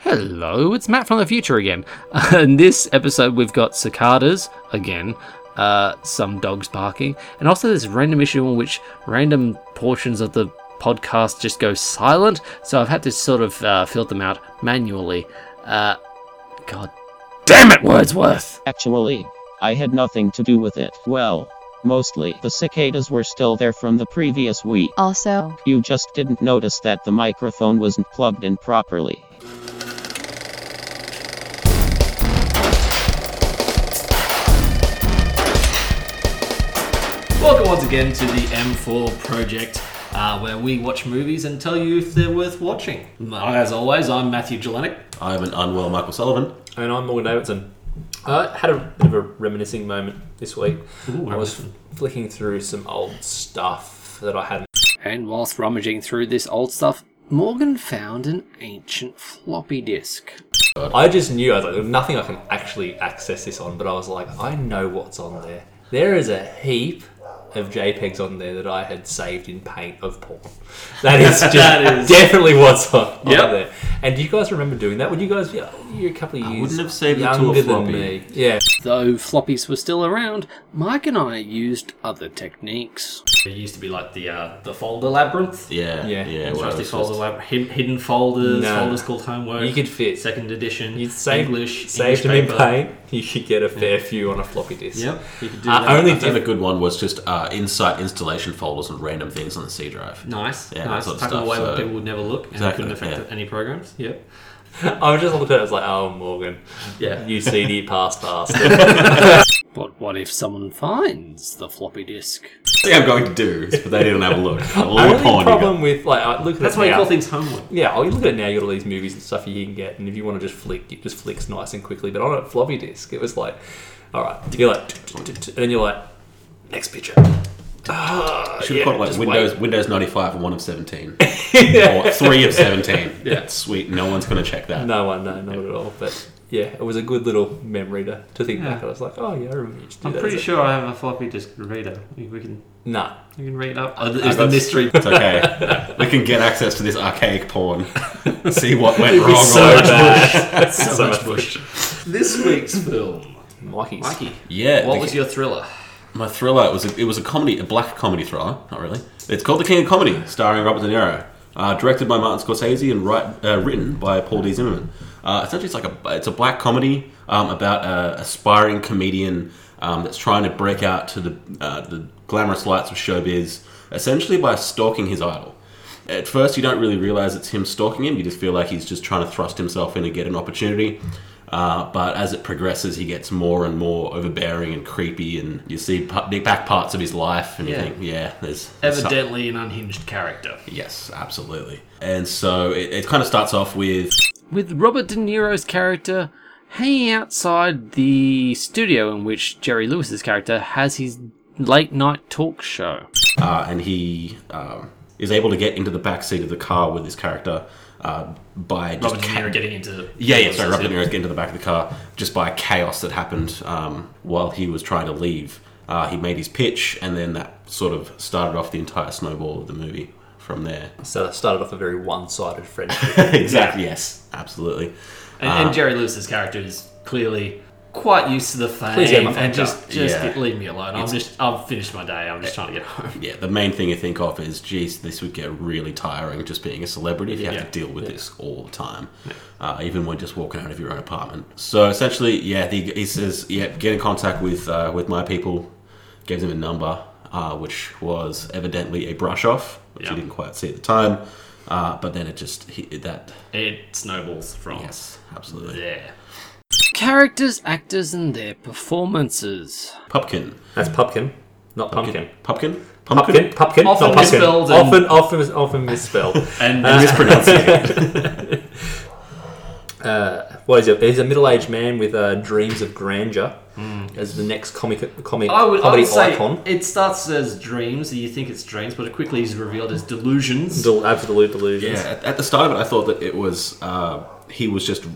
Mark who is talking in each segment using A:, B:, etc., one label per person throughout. A: Hello, it's Matt from the future again. In this episode, we've got cicadas again, uh, some dogs barking, and also this random issue in which random portions of the podcast just go silent. So I've had to sort of uh, filter them out manually. Uh, God damn it, Wordsworth!
B: Actually, I had nothing to do with it. Well, mostly. The cicadas were still there from the previous week.
C: Also,
B: You just didn't notice that the microphone wasn't plugged in properly.
D: Welcome once again to the M4 Project, uh, where we watch movies and tell you if they're worth watching. As always, I'm Matthew Jelenic.
E: I'm an unwell Michael Sullivan.
F: And I'm Morgan Davidson. I had a bit of a reminiscing moment this week. I was flicking through some old stuff that I hadn't.
A: And whilst rummaging through this old stuff, Morgan found an ancient floppy disk.
F: I just knew I was like, there's nothing I can actually access this on, but I was like, I know what's on there. There is a heap of JPEGs on there that I had saved in paint of porn. That is just
D: That is-
F: definitely what's on, on
D: Yep.
F: there. And do you guys remember doing that? Would you guys? Yeah, you're a couple of years.
E: wouldn't have saved it to a
F: younger
E: floppy.
F: than me. Yeah.
A: Though floppies were still around, Mike and I used other techniques.
D: It used to be like the uh, the folder labyrinth.
E: Yeah,
F: Yeah,
E: yeah.
D: Trusty
E: well, it's
D: folder
E: just-
D: lab- hid- hidden folders,
F: No.
D: folders called homework.
F: You could fit-
D: second edition.
F: You saved,
D: English,
F: saved them
D: English
F: in
D: paper.
F: paint. You could get a fair few on a floppy disk.
D: Yep, you could do
F: I
D: that.
F: only
E: I think a
F: did.
E: good one was just uh, insight installation folders and random things on the C drive.
D: nice,
E: Yeah, that
D: nice.
E: sort of
D: Tuck
E: stuff,
D: away where
E: so-
D: people would never look and
E: Exactly,
D: couldn't affect
E: yeah.
D: any programs. Yep.
F: I was just looked at it. I was like, "Oh, Morgan,
D: Yeah.
F: you CD pass pass."
A: But what if someone finds the floppy disk?
E: thing I'm going to do, but they didn't have a look. A little
F: only
E: porn you got.
F: problem with like I look at
D: That's
F: it
D: why you
F: now.
D: call things homework.
F: yeah, I look at it now. You got all these movies and stuff you can get, and if you want to just flick, it just flicks nice and quickly. But on a floppy disk, it was like, "All right," you're like, and then you're like, "Next picture." Ah,
E: Should
F: yeah,
E: have called it like
F: just
E: Windows
F: wait.
E: Windows 95 and one of 17. Or three of 17. Yeah. Sweet. No one's going to check that.
F: No one, no, not at all. But yeah, it was a good little memory to, to think back. I was like, "Oh yeah, I remember you used to do
D: I'm
F: that."
D: pretty
F: as a-
D: sure I have a floppy disk reader. We we can
F: Nah.
D: we can read it up. Oh,
E: I
D: it's the
E: got-
D: mystery.
E: It's okay. we can get access to this archaic porn. See what went wrong.
F: so
E: on it.
D: so, much bush. This week's film,
F: Mikey's.
D: Mikey.
E: yeah.
D: What
E: the-
D: was your thriller?
E: My thriller it was a, it was a comedy, a black comedy thriller. Not really. It's called The King of Comedy, starring Robert De Niro, uh, directed by Martin Scorsese and write, uh, written by Paul D. Zimmerman. Uh, essentially, it's like a it's a black comedy um, about an aspiring comedian um, that's trying to break out to the uh, the glamorous lights of showbiz, essentially by stalking his idol. At first, you don't really realize it's him stalking him. You just feel like he's just trying to thrust himself in and get an opportunity. Uh, but as it progresses, he gets more and more overbearing and creepy, and you see pa- the back parts of his life, and
D: Yeah.
E: you think, yeah, there's there's some-
D: Evidently an unhinged character.
E: yes, absolutely. And so it, it kind of starts off with
A: With Robert De Niro's character hanging outside the studio in which Jerry Lewis's character has his late night talk show.
E: uh, and he um, is able to get into the back seat of the car with his character uh, by just
D: Robert De Niro getting into
E: Yeah, yeah, sorry, Robert De Niro getting into the back of the car just by chaos that happened um, while he was trying to leave. Uh, he made his pitch, and then that sort of started off the entire snowball of the movie from there.
F: So that started off a very one-sided friendship.
E: exactly, yes, absolutely.
D: And,
E: Uh,
D: and Jerry Lewis's character is clearly quite used to the fame
F: Please get my phone
D: and just just
E: Yeah.
D: get- leave me alone. I'm just I've finished my day. I'm just trying to get home.
E: Yeah, the main thing you think of is, geez, this would get really tiring just being a celebrity if you have
D: Yeah.
E: to deal with this all the time, uh, even when just walking out of your own apartment. So essentially, yeah, the, he says, yeah, get in contact with uh, with my people. Gives him a number, uh, which was evidently a brush off, which
D: Yeah.
E: he didn't quite see at the time. Uh, but then it just he, that
D: It snowballs from
E: yes, absolutely.
D: there.
A: Characters, actors, and their performances.
E: Pumpkin,
F: That's pumpkin, not pumpkin.
E: pumpkin,
F: Pumpkin,
D: Often
F: pumpkin, not pumpkin.
D: misspelled and-
F: often, often, often misspelled.
D: And
E: Mispronouncing.
F: uh, what is it? He's a middle-aged man with uh, dreams of grandeur as the next comic, comic
D: Hmm. I would, I
F: comedy
D: would say
F: icon.
D: it starts as dreams. You think it's dreams, but it quickly is revealed as delusions.
F: Del- absolute delusions.
E: Yeah, at, at the start of it, I thought that it was uh, he was just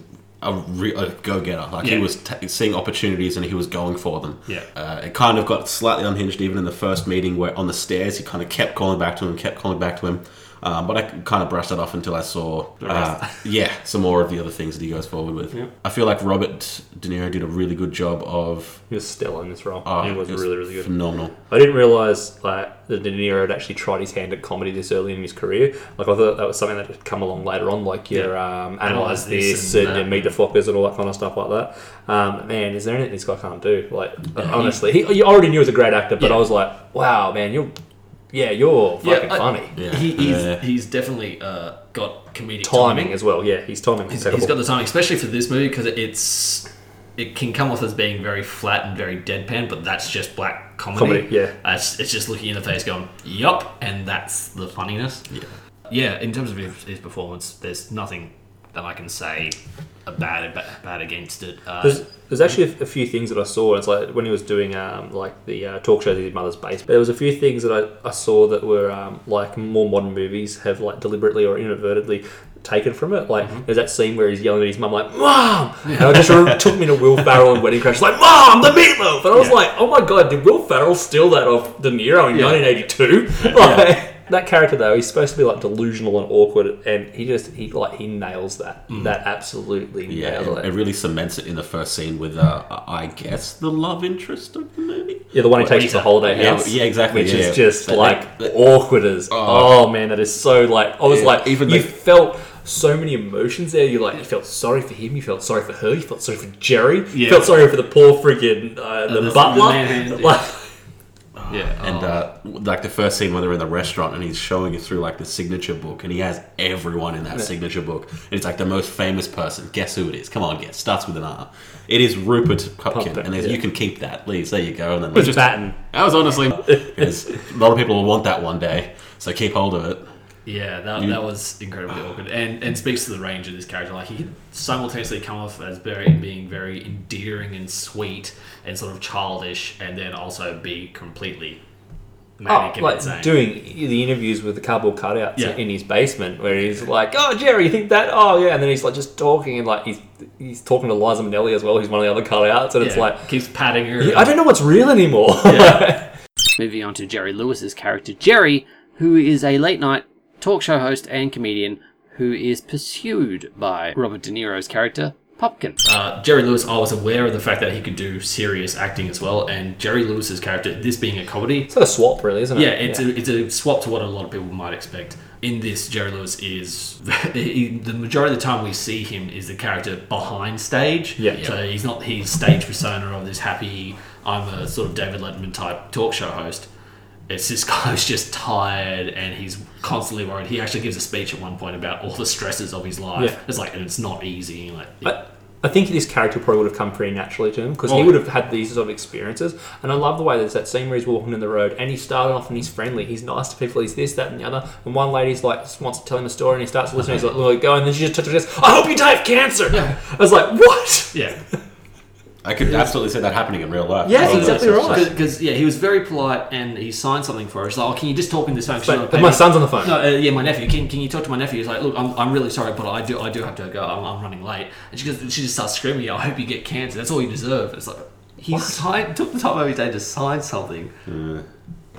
E: a, re- a go-getter. Like
D: Yeah.
E: he was t- seeing opportunities and he was going for them.
D: Yeah.
E: uh, it kind of got slightly unhinged even in the first meeting where on the stairs he kind of kept calling back to him, kept calling back to him. Um, but I kind of brushed that off until I saw, uh, yeah, some more of the other things that he goes forward with. I feel like Robert De Niro did a really good job of.
F: He was stellar in this role.
E: oh,
F: he was
E: it
F: really, really good.
E: Phenomenal.
F: I didn't realize like that De Niro had actually tried his hand at comedy this early in his career. Like I thought that was something that had come along later on, like your um,
D: Analyse
F: analyze this
D: This
F: and,
D: and
F: your
D: That.
F: meet the fuckers and all that kind of stuff like that. Um, man, is there anything this guy can't do? Like honestly, he, you already knew he was a great actor, but
D: Yeah.
F: I was like, wow, man, you're yeah, you're fucking
D: I-
F: funny.
E: Yeah.
D: He, he's,
E: Yeah.
D: he's definitely uh, got comedic timing.
F: Timing as well, yeah, he's timing.
D: He's-
F: incredible.
D: he's got the timing, especially for this movie, because it's it can come off as being very flat and very deadpan, but that's just black comedy.
F: Comedy, yeah.
D: Uh, it's, it's just looking in the face, going "Yup," and that's the funniness. Yeah, yeah. In terms of his, his performance, there's nothing that I can say a bad ba- bad against it. Uh,
F: There's, there's actually a, a few things that I saw. It's like when he was doing um, like the uh, talk shows at his mother's base. There was a few things that I, I saw that were um, like more modern movies have like deliberately or inadvertently taken from it. Like there's that scene where he's yelling at his mum like "Mom," and I just remember it took me to Will Ferrell and Wedding Crash like "Mom, the meatloaf," and I was like, "Oh my god, did Will Ferrell steal that off De Niro in 1982?" Like, That character though, he's supposed to be like delusional and awkward, and he just he like he nails that. That absolutely
E: Yeah,
F: nails it.
E: it, it really cements it in the first scene with, uh, I guess, the love interest of the movie.
F: Yeah, the one who takes you to the holiday
E: Yeah,
F: house.
E: yeah, exactly,
F: Which
E: yeah.
F: is just
E: But
F: like
E: they- they-
F: awkward as oh.
E: Oh.
F: man, that is so like I was
E: Yeah,
F: like even
E: even
F: you
E: the-
F: felt so many emotions there. You like you felt sorry for him, you felt sorry for her, you felt sorry for Jerry, you
D: Yeah.
F: felt sorry for the poor friggin' uh, the,
D: the- the
F: butler.
D: man who-
F: Like,
D: yeah,
F: Oh.
E: And uh, like the first scene when they're in the restaurant and he's showing you through like the signature book and he has everyone in that signature book and it's like the most famous person. Guess who it is? Come on, guess. Starts with an R. It is Rupert Pupkin,
F: Pupkin,
E: and there's,
F: yeah.
E: you can keep that, please. There you go. And then
F: It's
E: just
F: Batten.
E: That was honestly because a lot of people will want that one day, so keep hold of it.
D: Yeah, that, that was incredibly awkward, and and speaks to the range of this character. Like he could simultaneously come off as very being very endearing and sweet and sort of childish, and then also be completely manic
F: Oh,
D: and insane.
F: like doing the interviews with the cardboard cutouts
D: Yeah.
F: in his basement, where he's like, "Oh, Jerry, you think that? Oh, yeah," and then he's like just talking and like he's he's talking to Liza Minnelli as well. He's one of the other cutouts, and it's
D: Yeah,
F: like
D: keeps patting her.
F: I don't know what's real anymore.
A: Moving on to Jerry Lewis's character, Jerry, who is a late night talk show host and comedian who is pursued by Robert De Niro's character, Popkin.
D: uh, Jerry Lewis, I was aware of the fact that he could do serious acting as well, and Jerry Lewis's character, this being a comedy,
F: It's not a swap, really, isn't it?
D: Yeah, it's A, it's a swap to what a lot of people might expect. In this, Jerry Lewis is he- the majority of the time we see him is the character behind stage.
F: Yeah.
D: so he's not his stage persona of this happy I'm a sort of David Letterman type talk show host. It's this guy who's just tired and he's constantly worried. He actually gives a speech at one point about all the stresses of his life.
F: Yeah.
D: It's like and it's not easy. Like
F: I, I think this character probably would have come pretty naturally to him because he
D: Oh.
F: would have had these sort of experiences. And I love the way there's that scene where he's walking in the road and he's starting off and he's friendly. He's nice to people. He's this, that, and the other. And one lady's like just wants to tell him a story and he starts listening. He's like, "Look, go." And then she just touches her chest. I hope you die of cancer. I was like, "What?"
D: yeah,
E: I could absolutely see that happening in real life.
F: Yeah,
E: Oh,
F: exactly
E: that's-
F: right.
D: Because yeah, he was very polite and he signed something for us. Like, oh, can you just talk in this phone? 'Cause
F: But-
D: you're not
F: but
D: paying
F: my
D: me."
F: son's on the phone.
D: No, uh, yeah, my nephew. Can, can you talk to my nephew? He's like, look, I'm, I'm really sorry, but I do I do have to go. I'm, I'm running late. And she goes, she just starts screaming. I hope you get cancer. That's all you deserve. It's like he signed, took the time out of his day to sign something.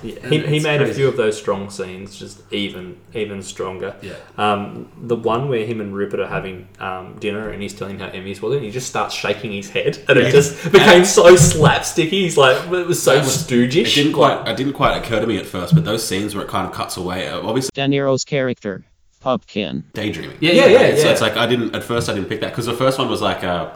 F: he, he
D: It's
F: made a
D: crazy.
F: few of those strong scenes just even even stronger.
D: Yeah.
F: Um, the one where him and Rupert are having um, dinner and he's telling him how envious was, and he just starts shaking his head, and it just became so slapsticky. He's like, it was so stoogish.
E: It didn't quite. It didn't quite occur to me at first, but those scenes where it kind of cuts away. uh, Obviously,
B: De Niro's character, Pupkin.
E: daydreaming.
F: yeah, yeah, yeah.
E: So it's like I didn't at first. I didn't pick that because the first one was like uh,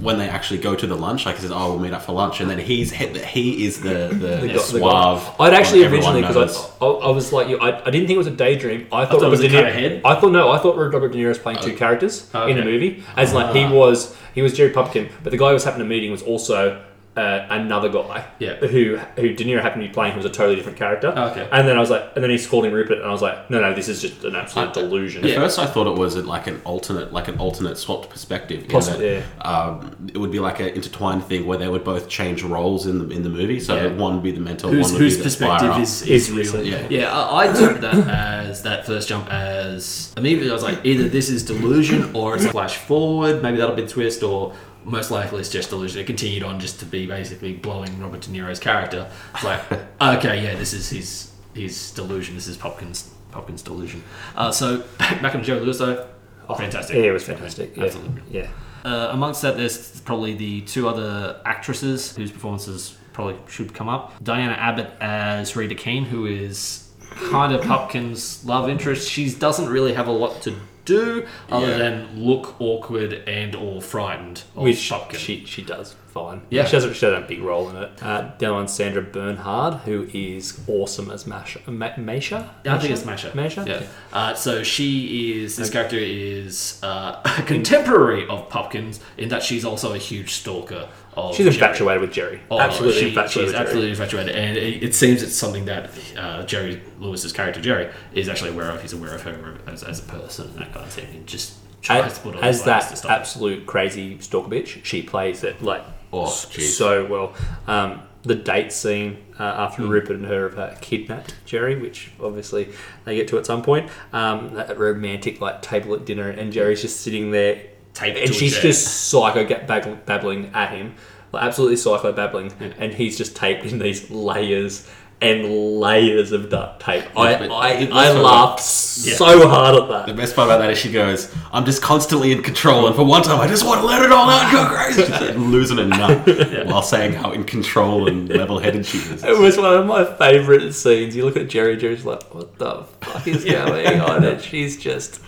E: when they actually go to the lunch. Like he says, "Oh, we'll meet up for lunch," and then he's he, he is the the,
F: The go- the
E: suave.
F: guy. I'd actually
E: one everyone
F: originally because
E: knows.
F: I, I, I was like, you I, I didn't think it was a daydream. I thought,
D: thought it was
F: De
D: a
F: Niro.
D: cut ahead? Oh.
F: I thought no, I thought Robert De Niro was playing two characters in a
D: okay. Ah.
F: movie. As in, like he was he was Jerry Pumpkin, but the guy who was having a meeting was also. Uh, another guy
D: Yeah. Oh,
F: who who De Niro happened to be playing who was a totally different character.
D: Okay.
F: And then I was like, and then he's called him Rupert, and I was like, no, no, this is just an absolute delusion.
E: At first, I thought it was like an alternate, like an alternate swapped perspective. in
F: Possibly,
E: that, um, it would be like an intertwined thing where they would both change roles in the in the movie. So
D: Yeah.
E: one would be the mentor,
D: Whose,
E: one would
D: whose
E: be the perspective
D: perspective is, is
F: Is-
D: real?
E: yeah.
D: yeah. I, I took that as that first jump as immediately I was like, either this is delusion or it's a flash forward. Maybe that'll be the twist, or most likely it's just delusion. It continued on just to be basically blowing Robert De Niro's character. It's like, okay, yeah, this is his his delusion. This is Popkins Hopkins delusion. Uh, so back, back on Joe Lewis though, Oh, fantastic.
F: Oh, Yeah, it was fantastic. Yeah.
D: Absolutely.
F: Yeah.
D: Uh, amongst that, there's probably the two other actresses whose performances probably should come up. Diana Abbott as Rita Kane, who is kind of Hopkins' love interest. She doesn't really have a lot to do other
E: Yeah.
D: than look awkward and or frightened of
F: Which
D: Hopkins.
F: she she does fine.
D: Yeah.
F: she doesn't she doesn't have a big role in it. Uh, down on Sandra Bernhard, who is awesome as Masha. Ma- Masha?
D: I think it's Masha.
F: Masha.
D: Yeah. Uh, so she is. This character is uh, a contemporary of Popkins in that she's also a huge stalker of.
F: She's
D: Jerry.
F: infatuated with Jerry.
D: Oh,
F: absolutely
D: she-
F: infatuated.
D: She's
F: with Jerry.
D: absolutely infatuated, and it, it seems it's something that uh, Jerry Lewis's character Jerry is actually aware of. He's aware of her as, as a person and that kind of thing, and just tries to put on
F: as
D: the
F: that
D: to stop. it.
F: absolute crazy stalker bitch, she plays it like
E: Oh,
F: s-
E: jeez.
F: so well. Um, the date scene uh,
D: Hmm.
F: after Rupert and her have uh, kidnapped Jerry, which obviously they get to at some point, um, that romantic like table at dinner, and Jerry's just sitting there,
D: Taped to
F: and
D: a
F: she's
D: chair.
F: just psycho get bag- babbling at him, like absolutely psycho babbling,
D: Hmm.
F: and he's just taped in these layers. And layers of duct tape. I,
E: Yeah, but
F: I,
E: it was
F: I
E: sort of-
F: laughed so hard at that.
E: The best part about that is she goes, I'm just constantly in control, and for one time I just want to let it all out and go crazy. She's like losing a nut while saying how in control and level headed she is.
F: It was one of my favourite scenes. You look at Jerry, Jerry's like, what the fuck is going on? And she's just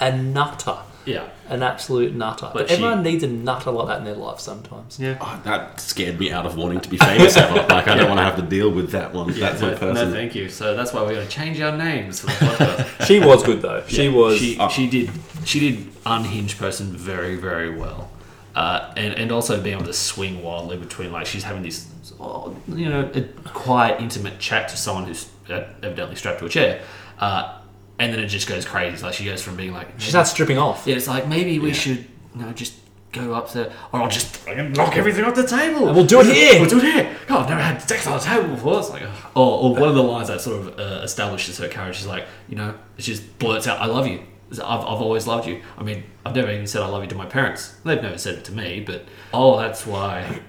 F: a nutter.
D: yeah,
F: An absolute nutter. But,
D: she-
F: everyone needs a nutter like that in their life sometimes.
D: yeah.
E: Oh, that scared me out of wanting to be famous ever. Like, I don't want to have to deal with that one. that sort of
D: no,
E: person.
D: no, thank you. So that's why we're going to change our names for the podcast.
F: She was good though. She was.
D: she, she did she did unhinged person very very well uh, and and also being able to swing wildly between like she's having this oh, you know a quiet intimate chat to someone who's uh, evidently strapped to a chair uh, and then it just goes crazy like she goes from being like
F: she starts stripping off.
D: yeah it's like maybe we should you know just go up there or I'll just fucking knock everything off the table
F: We'll do it here.
D: We'll do it here. God, I've never had sex on a table before. It's like, ugh. or, or one of the lines that sort of uh, establishes her character. She's like, you know, she just blurts out, "I love you. I've, I've always loved you." I mean, I've never even said I love you to my parents. They've never said it to me, but oh, that's why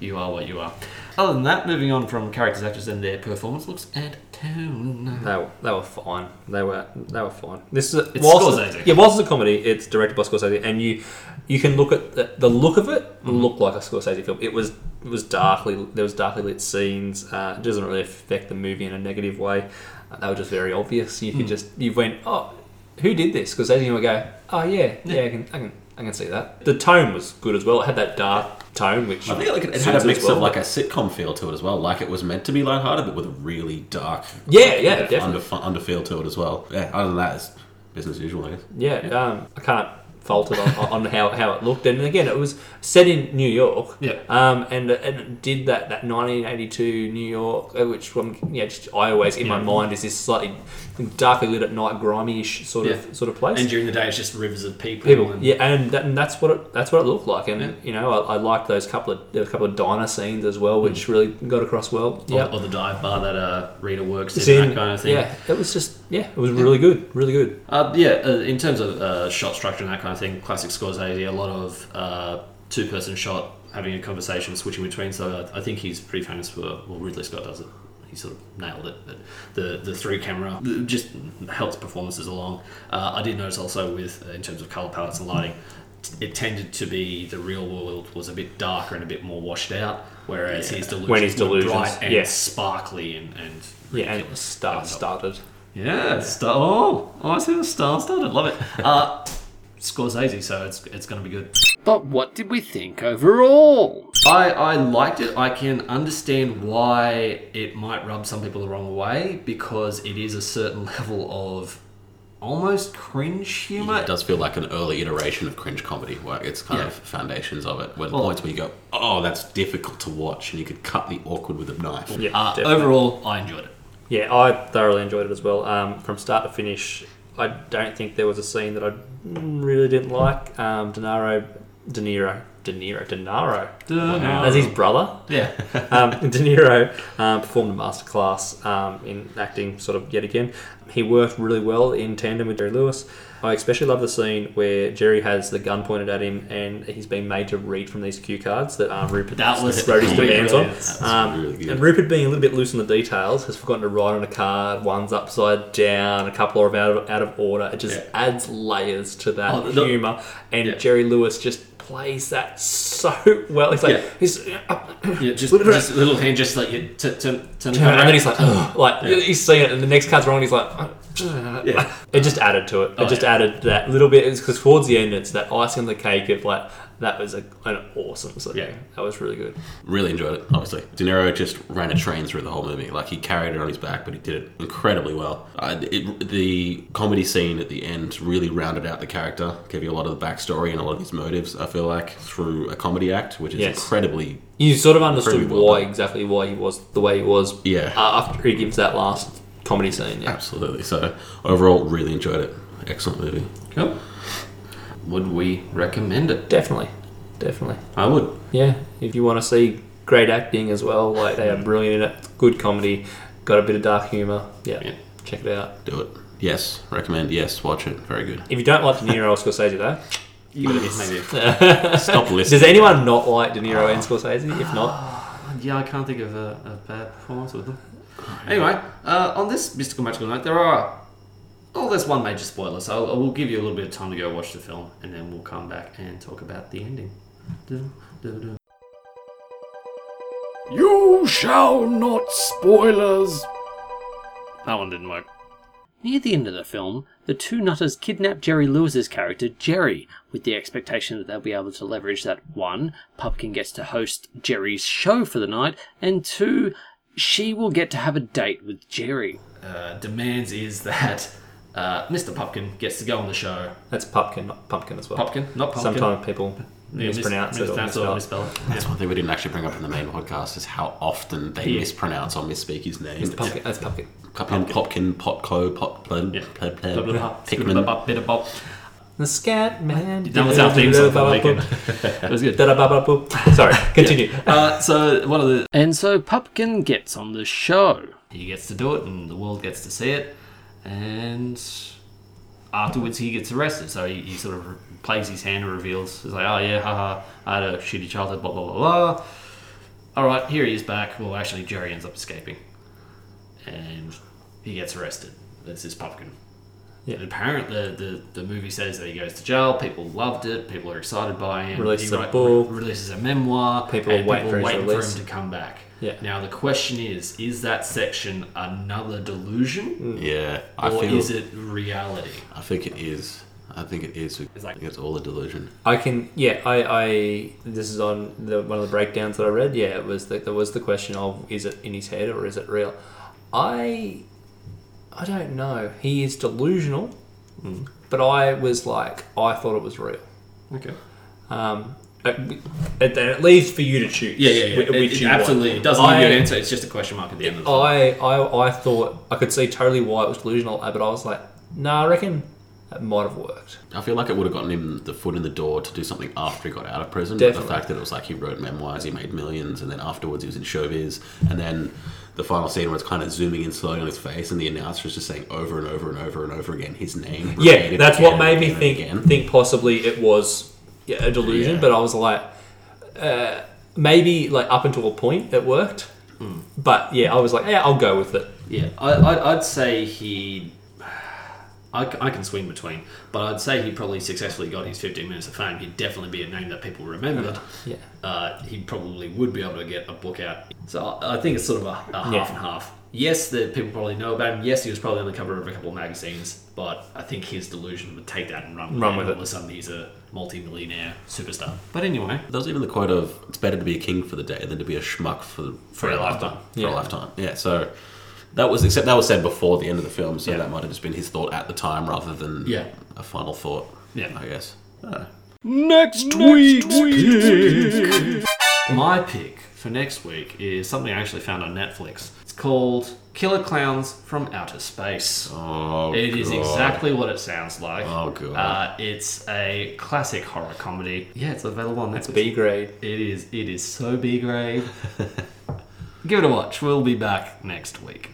D: you are what you are. Other than that, moving on from characters, actors, and their performance looks and tone.
F: They were, they were fine. They were they were fine. This is a,
D: It's Scorsese.
F: yeah, whilst it's a comedy, it's directed by Scorsese, and you you can look at the, the look of it
E: Mm-hmm.
F: looked like a Scorsese film. It was it was darkly there was darkly lit scenes. Uh, it doesn't really affect the movie in a negative way. Uh, they were just very obvious. You could
E: Mm.
F: just you went oh who did this? Scorsese would go oh yeah yeah I can I can I can see that. The tone was good as well. It had that dark tone which
E: I think like, it
F: suits
E: had
F: as
E: a mix
F: well.
E: of like a sitcom feel to it as well. Like it was meant to be lighthearted, but with a really dark
F: yeah yeah definitely.
E: under, underfeel to it as well. Yeah, other than that, it's business as usual, I guess.
F: Yeah, Um, I can't fault it on, on how, how it looked. And again, it was set in New York.
D: Yeah.
F: Um, and and it did that that 1982 New York, uh, which from yeah, just I always in my mind is this slightly darkly lit at night, grimy-ish sort
D: Yeah.
F: of sort of place.
D: And during the day, it's just rivers of people.
F: People,
D: and-
F: yeah, and, that, and that's what it, that's what it looked like, and you know, I, I liked those couple of there were a couple of diner scenes as
D: Mm.
F: well, which really got across well.
D: Or,
F: Yeah,
D: or the dive bar that uh, Rita works
F: It's
D: in,
F: in-
D: that kind of thing.
F: yeah, it was just yeah, it was really good, really good.
D: Uh, yeah, uh, in terms of uh, shot structure and that kind of thing, classic Scorsese, a lot of uh, two person shot, having a conversation, switching between. So uh, I, I think he's pretty famous for, well, Ridley Scott does it. He sort of nailed it, but the, the three camera just helps performances along. Uh, I did notice also with uh, in terms of color palettes and lighting, t- it tended to be the real world was a bit darker and a bit more washed out, whereas his delusions
F: When his
D: were
F: delusions,
D: bright and
F: yeah.
D: sparkly and, and
F: Yeah, and star started.
D: yeah, star. Oh, oh, I see the star started. Love it. Uh, Scorsese, so it's it's going to be good. But what did we think overall? I I liked it. I can understand why it might rub some people the wrong way because it is a certain level of almost cringe humor.
E: It does feel like an early iteration of cringe comedy, where it's kind
D: Yeah.
E: of foundations of it, where the points where you go, oh, that's difficult to watch, and you could cut the awkward with a knife.
F: Yeah,
D: Uh,
F: definitely.
D: overall, I enjoyed it.
F: Yeah, I thoroughly enjoyed it as well. Um, from start to finish, I don't think there was a scene that I really didn't like. Um, De Niro, De Niro, De Niro, De Niro. That's his brother.
D: Yeah,
F: uh, Um, De Niro um, performed a masterclass um, in acting, sort of yet again. he worked really well in tandem with Jerry Lewis. I especially love the scene where Jerry has the gun pointed at him and he's been made to read from these cue cards that um, Rupert
D: That was
F: wrote his demands on.
D: brilliant. That
E: was
F: Um,
E: really good.
F: and Rupert, being a little bit loose on the details, has forgotten to write on a card. One's upside down, a couple are out of, out of order. It just
D: Yeah.
F: adds layers to that
D: Oh, the-
F: humour. And
D: Yeah.
F: Jerry Lewis just plays that so well. He's like,
D: Yeah.
F: he's,
D: Yeah, just, just a little hand, just like you to to to
F: and then he's like, "Ugh," like he's seeing it, and the next card's wrong, and he's like, "Uh,
D: Yeah.
F: it just added to it. It
D: Oh,
F: just
D: yeah.
F: added that little bit because towards the end, it's that icing on the cake of like that was a, an awesome. So
D: Yeah.
F: that was really good.
E: Really enjoyed it, obviously. De Niro just ran a train through the whole movie. Like, he carried it on his back, but he did it incredibly well. Uh, it, the comedy scene at the end really rounded out the character, gave you a lot of the backstory and a lot of his motives, I feel like, through a comedy act, which is
F: Yes.
E: incredibly.
F: You sort of understood
E: Pretty well
F: why
E: done.
F: exactly why he was the way he was.
E: Yeah.
F: uh, after he gives that last comedy scene. Yeah.
E: Absolutely. So, overall, really enjoyed it. Excellent movie.
D: cool. Would we recommend it?
F: Definitely, definitely.
E: I would.
F: Yeah, if you want to see great acting as well, like they are brilliant in it. Good comedy, got a bit of dark humor.
D: Yeah.
F: yeah. check it out.
E: Do it. Yes. Recommend. Yes. Watch it. Very good.
F: If you don't like De Niro or Scorsese though,
D: You would have missed maybe.
E: Stop listening.
F: does anyone not like De Niro and Scorsese? If not,
D: Yeah, I can't think of a, a bad performance with them. Anyway, uh, on this mystical magical night, there are. Oh, there's one major spoiler, so I will give you a little bit of time to go watch the film, and then we'll come back and talk about the ending. Dun, dun, dun.
A: You shall not spoilers. That one didn't work. Near the end of the film, the two nutters kidnap Jerry Lewis's character, Jerry, with the expectation that they'll be able to leverage that one, Pupkin gets to host Jerry's show for the night, and two, she will get to have a date with Jerry.
D: Uh, demands is that uh, Mr. Pupkin gets to go on the show.
F: that's pumpkin, not pumpkin as well.
D: Pumpkin, not pumpkin.
F: Sometimes people
D: Yeah, mis-
F: mispronounce it or
D: mispronounce
F: misspell. it.
D: misspell it.
E: That's one thing we didn't actually bring up in the main podcast is how often they mispronounce or misspeak his name.
F: It's pumpkin. That's pumpkin.
E: Popkin, Popkin, Potco, Pot, Blood,
D: Yeah.
E: Blood, Blood,
D: Blah, blah, blah.
E: Pikmin.
D: Blah, blah, blah, blah.
F: The scat man.
D: That was our theme song for the weekend. It was good.
F: Da-da-ba-ba-boop. Sorry, continue.
D: Uh, so one of the
A: And so Pupkin gets on the show.
D: he gets to do it, and the world gets to see it, and afterwards he gets arrested. So he, he sort of plays his hand and reveals, he's like, "Oh yeah, haha, I had a shitty childhood, blah blah blah blah." All right, here he is back. Well, actually, Jerry ends up escaping, and he gets arrested. That's his pumpkin.
F: Yeah.
D: And apparently, the, the, the movie says that he goes to jail. People loved it. People are excited by him.
F: Releases
D: He
F: a
D: write-
F: book.
D: Releases a memoir.
F: People
D: and
F: wait for his
D: waiting
F: release.
D: him to come back.
F: Yeah.
D: Now the question is: Is that section another delusion,
E: Yeah, Mm. I
D: or
E: feel.
D: is it reality?
E: I think it is. I think it is.
D: It's like-
E: I think it's all a delusion.
F: I can, yeah, I, I this is on the, one of the breakdowns that I read. Yeah, it was the, there was the question of is it in his head or is it real? I, I don't know. He is delusional,
D: Hmm.
F: but I was like, I thought it was real.
D: Okay.
F: Um, it, it, it leaves for you to choose.
D: Yeah, yeah, yeah.
F: whi-
D: It-
F: which
D: it
F: you want.
D: absolutely, it doesn't give you
F: I-
D: an answer. It's just a question mark at the end of the film.
F: I, I, I thought I could see totally why it was delusional, uh, but I was like, no, nah, I reckon that might have worked.
E: I feel like it would have gotten him the foot in the door to do something after he got out of prison. But
F: Definitely.
E: the fact that it was like he wrote memoirs, he made millions, and then afterwards he was in showbiz, and then the final scene where it's kind of zooming in slowly on his face, and the announcer is just saying over and over and over and over again his name.
F: Yeah,
E: repeated
F: that's
E: again
F: what
E: and
F: made
E: again
F: me
E: and
F: think
E: again.
F: think possibly it was yeah, a delusion,
E: Yeah.
F: but I was like, uh, maybe like up until a point it worked,
E: Hmm.
F: but yeah, I was like, yeah, I'll go with it.
D: Yeah, I, I, I'd say he. I, c- I can swing between, but I'd say he probably successfully got his 15 minutes of fame. He'd definitely be a name that people remembered.
F: Yeah.
D: Uh, he probably would be able to get a book out. So I, I think it's sort of a, a half
F: Yeah.
D: and half. Yes, the people probably know about him. Yes, he was probably on the cover of a couple of magazines, but I think his delusion would take that and run with
F: Run
D: it.
F: with
D: and
F: it.
D: All of a sudden, he's a multi-millionaire superstar. But anyway,
E: There was even the quote of "It's better to be a king for the day than to be a schmuck for the,
D: For a lifetime.
E: for a
F: Yeah.
E: lifetime." Yeah. So that was except that was said before the end of the film, so
D: Yeah.
E: that might have just been his thought at the time rather than
D: Yeah.
E: a final thought.
D: Yeah.
E: I guess.
A: Next, week.
D: My pick for next week is something I actually found on Netflix. It's called Killer Clowns from Outer Space.
E: Oh,
D: It is
E: God.
D: exactly what it sounds like.
E: Oh, God.
D: Uh, it's a classic horror comedy. Yeah, it's available on Netflix.
F: B grade.
D: It is. It is so B grade. Give it a watch. We'll be back next week.